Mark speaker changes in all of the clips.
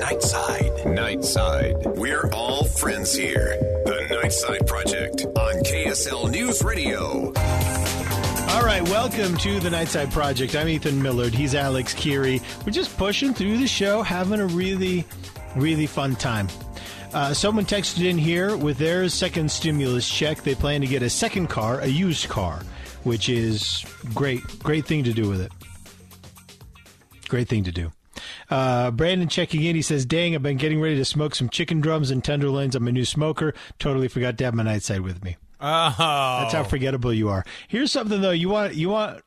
Speaker 1: Nightside. Nightside. We're all friends here. The Nightside Project on KSL News Radio.
Speaker 2: All right, welcome to the Nightside Project. I'm Ethan Millard. He's Alex Keary. We're just pushing through the show, having a really, really fun time. Uh, someone texted in here with their second stimulus check. They plan to get a second car, a used car, which is great, great thing to do with it. Great thing to do. Uh, Brandon checking in. He says, "Dang, I've been getting ready to smoke some chicken drums and tenderloins. I'm a new smoker. Totally forgot to have my nightside with me."
Speaker 3: Oh,
Speaker 2: That's how forgettable you are. Here's something though. You want you want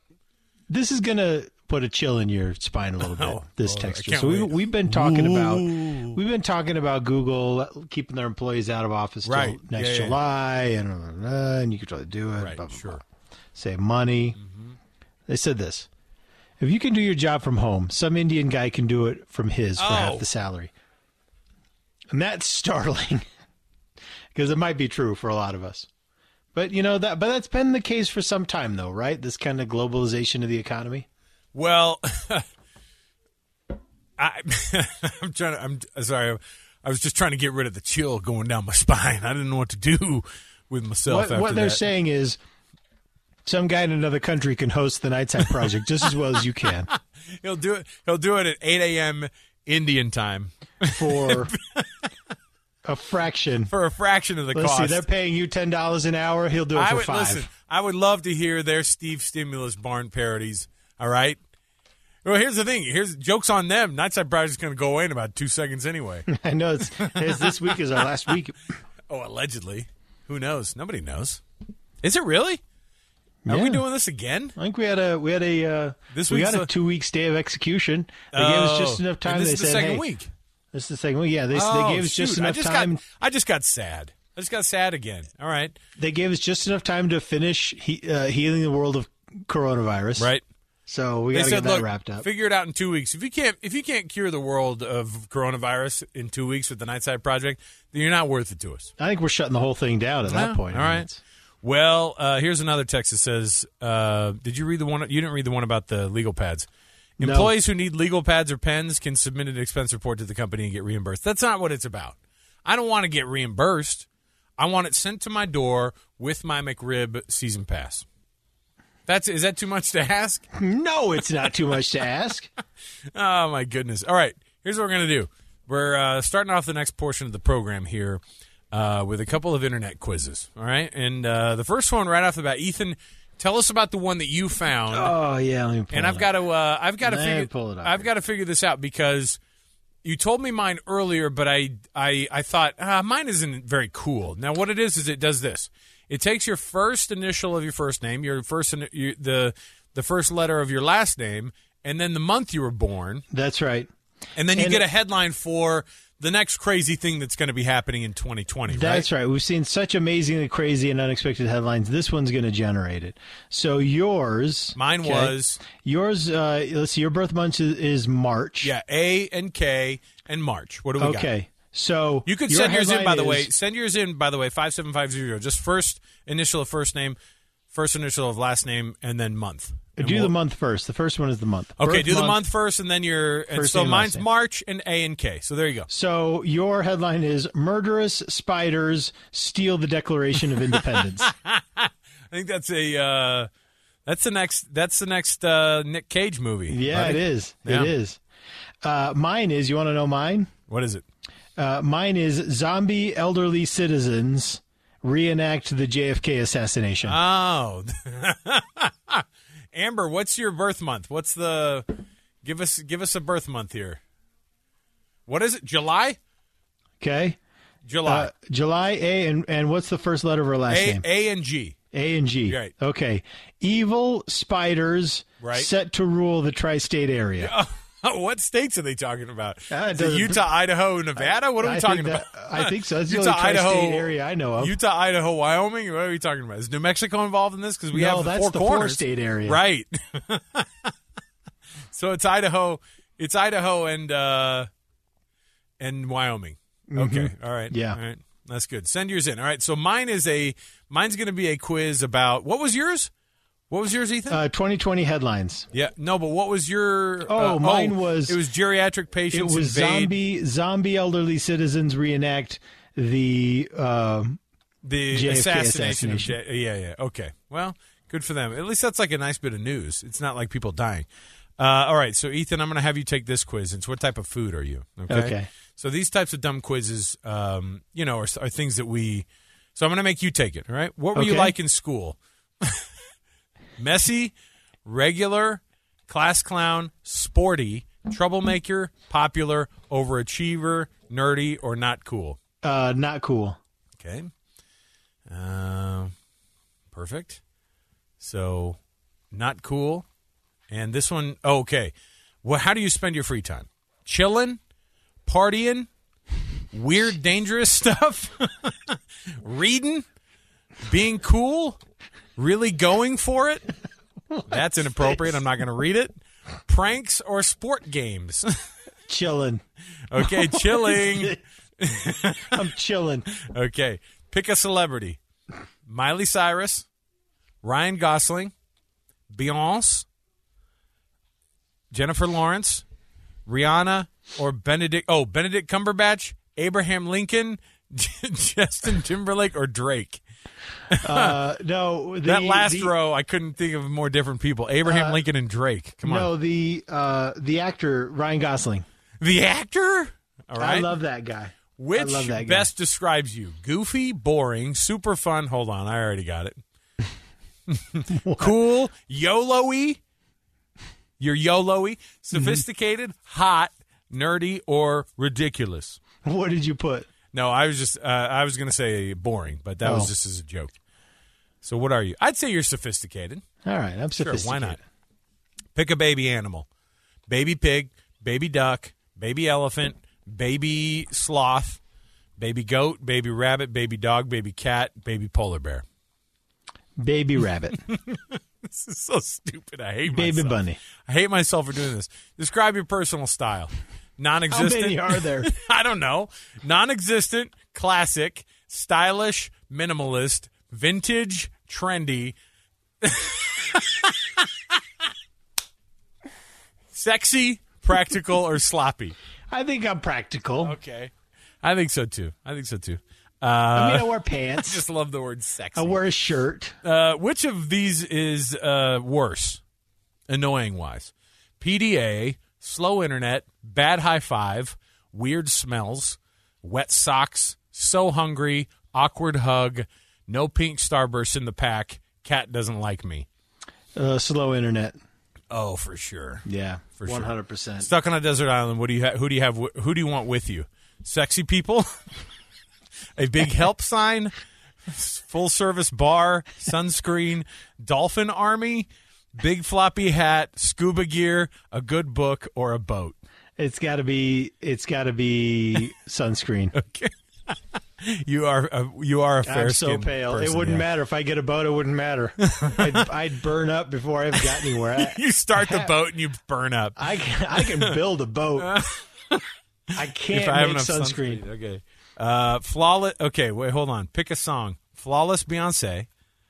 Speaker 2: this is gonna put a chill in your spine a little bit.
Speaker 3: Oh,
Speaker 2: this
Speaker 3: oh, I
Speaker 2: texture.
Speaker 3: can't
Speaker 2: So we,
Speaker 3: wait.
Speaker 2: we've been talking about we've been talking about Google uh, keeping their employees out of office till
Speaker 3: Right.
Speaker 2: next
Speaker 3: Yeah, yeah, yeah.
Speaker 2: July and blah, blah, blah, and you can totally do it.
Speaker 3: Right,
Speaker 2: blah, blah,
Speaker 3: sure.
Speaker 2: blah. Save money. They said this. If you can do your job from home, some Indian guy can do it from his for half
Speaker 3: Oh.
Speaker 2: the salary. And that's startling because it might be true for a lot of us. But you know that but that's been the case for some time though, right? This kind of globalization of the economy.
Speaker 3: Well, I, I'm trying to. I'm sorry. I was just trying to get rid of the chill going down my spine. I didn't know what to do with myself.
Speaker 2: What,
Speaker 3: after
Speaker 2: what they're
Speaker 3: that.
Speaker 2: saying is some guy in another country can host the Nightside Project just as well as you can
Speaker 3: he'll do it. He'll do it at 8 a.m. Indian time
Speaker 2: for a fraction.
Speaker 3: for a fraction of the
Speaker 2: Let's
Speaker 3: cost.
Speaker 2: see, they're paying you ten dollars an hour. He'll do it
Speaker 3: I
Speaker 2: for
Speaker 3: would
Speaker 2: five.
Speaker 3: listen. I would love to hear their Steve Stimulus barn parodies. All right. Well, here's the thing. Here's jokes on them. Nightside Project's going to go away in about two seconds anyway.
Speaker 2: I know it's, it's this week is our last week.
Speaker 3: oh, allegedly. Who knows? Nobody knows. Is it really? Are we
Speaker 2: Yeah.
Speaker 3: doing this again?
Speaker 2: I think we had a we had a uh,
Speaker 3: This
Speaker 2: we
Speaker 3: week's
Speaker 2: got a
Speaker 3: the-
Speaker 2: two week stay of execution. They gave us just
Speaker 3: Oh,
Speaker 2: enough
Speaker 3: and
Speaker 2: time.
Speaker 3: This
Speaker 2: They
Speaker 3: is the
Speaker 2: said,
Speaker 3: second
Speaker 2: "Hey,
Speaker 3: week.
Speaker 2: this is the second week." Yeah, they,
Speaker 3: oh,
Speaker 2: they gave us
Speaker 3: shoot.
Speaker 2: just
Speaker 3: I
Speaker 2: enough
Speaker 3: just
Speaker 2: time.
Speaker 3: Got, I just got sad. I just got sad again. All right.
Speaker 2: They gave us just enough time to finish he, uh, healing the world of coronavirus.
Speaker 3: Right.
Speaker 2: So we
Speaker 3: They
Speaker 2: got to
Speaker 3: said,
Speaker 2: get that
Speaker 3: "Look,
Speaker 2: wrapped up.
Speaker 3: figure it out in two weeks. If you can't, if you can't cure the world of coronavirus in two weeks with the Nightside Project, then you're not worth it to us.
Speaker 2: I think we're shutting the whole thing down at
Speaker 3: Yeah,
Speaker 2: that point.
Speaker 3: All
Speaker 2: I mean,
Speaker 3: right.
Speaker 2: it's-
Speaker 3: Well, uh, here's another text that says, uh, "Did you read the one? You didn't read the one about the legal pads.
Speaker 2: No.
Speaker 3: Employees who need legal pads or pens can submit an expense report to the company and get reimbursed. That's not what it's about. I don't want to get reimbursed. I want it sent to my door with my McRib season pass. That's is that too much to ask?
Speaker 2: No, it's not too much to ask.
Speaker 3: Oh my goodness! All right, here's what we're gonna do. We're uh, starting off the next portion of the program here uh, with a couple of internet quizzes. All right, and uh, the first one right off the bat, Ethan, tell us about the one that you found,
Speaker 2: Oh yeah, let me pull
Speaker 3: and
Speaker 2: it
Speaker 3: I've
Speaker 2: up.
Speaker 3: got to, uh, I've got to
Speaker 2: Let me
Speaker 3: figure,
Speaker 2: pull it up
Speaker 3: I've
Speaker 2: here.
Speaker 3: got to figure this out because you told me mine earlier, but I, I, I thought ah, mine isn't very cool. Now, what it is is it does this. It takes your first initial of your first name, your first, in- your, the, the first letter of your last name, and then the month you were born.
Speaker 2: That's right.
Speaker 3: And then you
Speaker 2: And-
Speaker 3: get a headline for the next crazy thing that's going to be happening in 2020.
Speaker 2: That's right. We've seen such amazingly crazy and unexpected headlines. This one's going to generate it. So yours,
Speaker 3: Mine
Speaker 2: okay.
Speaker 3: was
Speaker 2: yours. Uh, let's see. Your birth month is, is March.
Speaker 3: yeah, A and K and March. What do we got?
Speaker 2: Okay. So
Speaker 3: You can
Speaker 2: your
Speaker 3: send yours in, by
Speaker 2: headline
Speaker 3: the way.
Speaker 2: is-
Speaker 3: Send yours in, by the way. Five seven five zero. Just first initial of first name, first initial of last name, and then month. And
Speaker 2: do
Speaker 3: we'll-
Speaker 2: the month first. The first one is the month.
Speaker 3: Okay,
Speaker 2: Birth
Speaker 3: do the month first, and then your. And
Speaker 2: First
Speaker 3: so
Speaker 2: name, last
Speaker 3: mine's
Speaker 2: name.
Speaker 3: March and A and K. So there you go.
Speaker 2: So your headline is "Murderous Spiders Steal the Declaration of Independence."
Speaker 3: I think that's a. Uh, that's the next. That's the next uh, Nick Cage movie.
Speaker 2: yeah,
Speaker 3: right?
Speaker 2: it is.
Speaker 3: Yeah.
Speaker 2: It is. Uh, mine is. You want to know mine?
Speaker 3: What is it?
Speaker 2: Uh, mine is zombie elderly citizens reenact the JFK assassination.
Speaker 3: Oh, Amber, what's your birth month? What's the give us give us a birth month here? What is it? July,
Speaker 2: okay,
Speaker 3: July.
Speaker 2: uh, July A and and what's the first letter of her last
Speaker 3: a
Speaker 2: name?
Speaker 3: A and G.
Speaker 2: A and G.
Speaker 3: Right.
Speaker 2: Okay, evil spiders
Speaker 3: Right.
Speaker 2: set to rule the tri-state area.
Speaker 3: what states are they talking about?
Speaker 2: Uh, it
Speaker 3: Is it
Speaker 2: doesn't-
Speaker 3: Utah, Idaho, Nevada. What are we
Speaker 2: I
Speaker 3: talking
Speaker 2: think that- Oh.
Speaker 3: about?
Speaker 2: I think so. That's the
Speaker 3: Utah,
Speaker 2: only tri-state
Speaker 3: Idaho
Speaker 2: area I know of.
Speaker 3: Utah, Idaho, Wyoming. What are we talking about? Is New Mexico involved in this? Because we
Speaker 2: No,
Speaker 3: have the
Speaker 2: that's
Speaker 3: four
Speaker 2: the
Speaker 3: corners.
Speaker 2: four-state area.
Speaker 3: right? so it's Idaho, it's Idaho and uh, and Wyoming. Okay, all right,
Speaker 2: Mm-hmm. Yeah.
Speaker 3: all right, that's good. Send yours in. All right, so mine is a mine's going to be a quiz about what was yours? What was yours, Ethan?
Speaker 2: Uh, 2020 headlines.
Speaker 3: yeah, no, but what was your?
Speaker 2: Oh,
Speaker 3: uh,
Speaker 2: mine was-
Speaker 3: It was geriatric
Speaker 2: It
Speaker 3: patients.
Speaker 2: was
Speaker 3: invade
Speaker 2: zombie zombie elderly citizens reenact the um
Speaker 3: the
Speaker 2: JFK
Speaker 3: assassination. of
Speaker 2: assassination.
Speaker 3: J- yeah, yeah. Okay. Well, good for them. At least that's like a nice bit of news. It's not like people dying. Uh, all right. So, Ethan, I'm going to have you take this quiz. It's what type of food are you?
Speaker 2: Okay.
Speaker 3: So these types of dumb quizzes, um, you know, are, are things that we. So I'm going to make you take it. All right. What were you
Speaker 2: Okay.
Speaker 3: like in school? Messy, regular, class clown, sporty, troublemaker, popular, overachiever, nerdy, or not cool.
Speaker 2: uh not cool.
Speaker 3: Okay. Uh, perfect. So, not cool. And this one, oh, okay. Well, how do you spend your free time? Chilling, partying, weird, dangerous stuff, reading, being cool, really going for it. That's inappropriate. I'm not going to read it. Pranks or sport games.
Speaker 2: Chilling.
Speaker 3: okay, chilling.
Speaker 2: I'm chilling.
Speaker 3: Okay. Pick a celebrity. Miley Cyrus, Ryan Gosling, Beyonce, Jennifer Lawrence, Rihanna, or Benedict oh, Benedict Cumberbatch, Abraham Lincoln, Justin Timberlake, or Drake.
Speaker 2: Uh no the,
Speaker 3: that last
Speaker 2: the- Uh,
Speaker 3: row I couldn't think of more different people. Abraham Lincoln and Drake. Come on.
Speaker 2: No, the uh the actor Ryan Gosling.
Speaker 3: The actor? All right.
Speaker 2: I love that guy.
Speaker 3: Which
Speaker 2: love that guy.
Speaker 3: best describes you? Goofy, boring, super fun. Hold on, I already got it. cool, YOLO-y. You're YOLO-y. Sophisticated, hot, nerdy, or ridiculous.
Speaker 2: What did you put?
Speaker 3: No, I was just uh, I was gonna say boring, but that was
Speaker 2: Oh.
Speaker 3: just as a joke. So what are you? I'd say you're sophisticated.
Speaker 2: All right, I'm
Speaker 3: Sure,
Speaker 2: sophisticated.
Speaker 3: why not? Pick a baby animal. Baby pig, baby duck, baby elephant, baby sloth, baby goat, baby rabbit, baby dog, baby cat, baby polar bear.
Speaker 2: Baby rabbit,
Speaker 3: This is so stupid. I hate
Speaker 2: baby
Speaker 3: myself.
Speaker 2: bunny.
Speaker 3: I hate myself for doing this. Describe your personal style.
Speaker 2: How
Speaker 3: Non-existent.
Speaker 2: many are there?
Speaker 3: I don't know. Non-existent, classic, stylish, minimalist, vintage, trendy. Sexy, practical, or sloppy.
Speaker 2: I think I'm practical.
Speaker 3: Okay. I think so too. I think so too. Uh,
Speaker 2: I mean, I wear pants.
Speaker 3: Just love the word sexy.
Speaker 2: I wear a shirt.
Speaker 3: Uh, which of these is uh, worse, annoying wise? PDA, slow internet, bad high five, weird smells, wet socks, so hungry, awkward hug, no pink starburst in the pack, cat doesn't like me.
Speaker 2: Uh, slow internet.
Speaker 3: Oh, for sure.
Speaker 2: Yeah,
Speaker 3: For sure.
Speaker 2: one hundred percent.
Speaker 3: Stuck on a desert island. What do you ha- who do you have? wi- Who do you want with you? Sexy people, a big help sign, full service bar, sunscreen, dolphin army, big floppy hat, scuba gear, a good book, or a boat.
Speaker 2: It's got to be. It's got to be sunscreen.
Speaker 3: You are a, you are a fair
Speaker 2: I'm so
Speaker 3: skinned
Speaker 2: pale.
Speaker 3: person,
Speaker 2: it wouldn't
Speaker 3: yeah.
Speaker 2: matter if I get a boat. It wouldn't matter. I'd, I'd burn up before I've got anywhere. I,
Speaker 3: You start the boat and you burn up.
Speaker 2: I can, I can build a boat. I can't
Speaker 3: if I have
Speaker 2: make
Speaker 3: enough
Speaker 2: sunscreen.
Speaker 3: Okay. Uh, flawless. Okay, wait, hold on. Pick a song. Flawless Beyonce.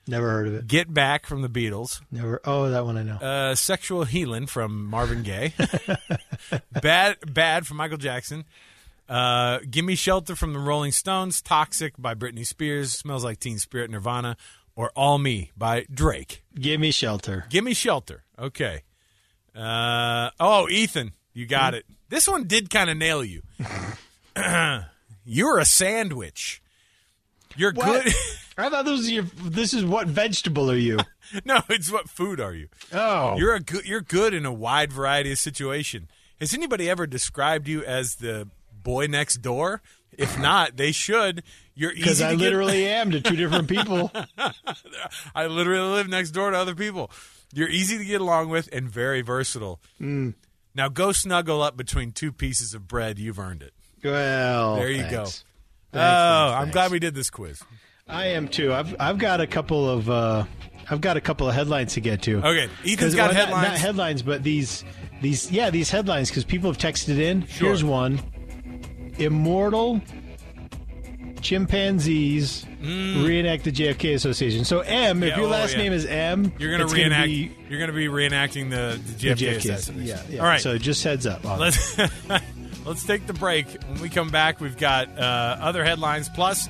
Speaker 2: Never heard of it.
Speaker 3: Get Back from the Beatles.
Speaker 2: Never. Oh, that one I know.
Speaker 3: uh, "Sexual Healing" from Marvin Gaye, "Bad Bad" from Michael Jackson, uh, "Give Me Shelter" from the Rolling Stones, "Toxic" by Britney Spears, "Smells Like Teen Spirit" Nirvana, or "All Me" by Drake.
Speaker 2: Give me shelter.
Speaker 3: "Give Me Shelter." Okay. Uh, oh, Ethan, you got it. This one did kind of nail you. You're a sandwich. You're
Speaker 2: What?
Speaker 3: good.
Speaker 2: I thought this was your. This is what vegetable are you?
Speaker 3: no, it's what food are you?
Speaker 2: Oh,
Speaker 3: You're a good. You're good in a wide variety of situation. Has anybody ever described you as the boy next door? If not, they should. You're
Speaker 2: because
Speaker 3: easy.
Speaker 2: I
Speaker 3: to get-
Speaker 2: literally am to two different people.
Speaker 3: I literally live next door to other people. You're easy to get along with and very versatile.
Speaker 2: Mm.
Speaker 3: Now go snuggle up between two pieces of bread. You've earned it.
Speaker 2: Well,
Speaker 3: There you go.
Speaker 2: thanks.
Speaker 3: oh, I'm glad we did this quiz.
Speaker 2: I am too. I've I've got a couple of uh, I've got a couple of headlines to get to.
Speaker 3: Okay, Ethan's
Speaker 2: 'Cause- well,
Speaker 3: got
Speaker 2: not-
Speaker 3: headlines.
Speaker 2: Not, headlines, but these these yeah these headlines because people have texted in.
Speaker 3: Sure.
Speaker 2: Here's one: Immortal chimpanzees reenact the JFK Association. So M, if
Speaker 3: Mm. Yeah,
Speaker 2: your
Speaker 3: oh,
Speaker 2: last
Speaker 3: yeah.
Speaker 2: name is M,
Speaker 3: You're gonna
Speaker 2: it's
Speaker 3: reenact.
Speaker 2: be
Speaker 3: you're gonna be reenacting the, the
Speaker 2: the
Speaker 3: JFK,
Speaker 2: JFK
Speaker 3: assassination.
Speaker 2: Yeah, yeah.
Speaker 3: All right.
Speaker 2: So just heads up. on it.
Speaker 3: Let's let's take the break. When we come back, we've got uh, other headlines plus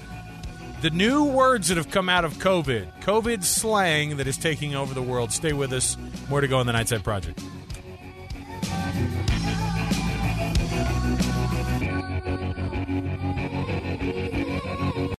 Speaker 3: the new words that have come out of COVID, COVID slang that is taking over the world. Stay with us. More to go on the Nightside Project.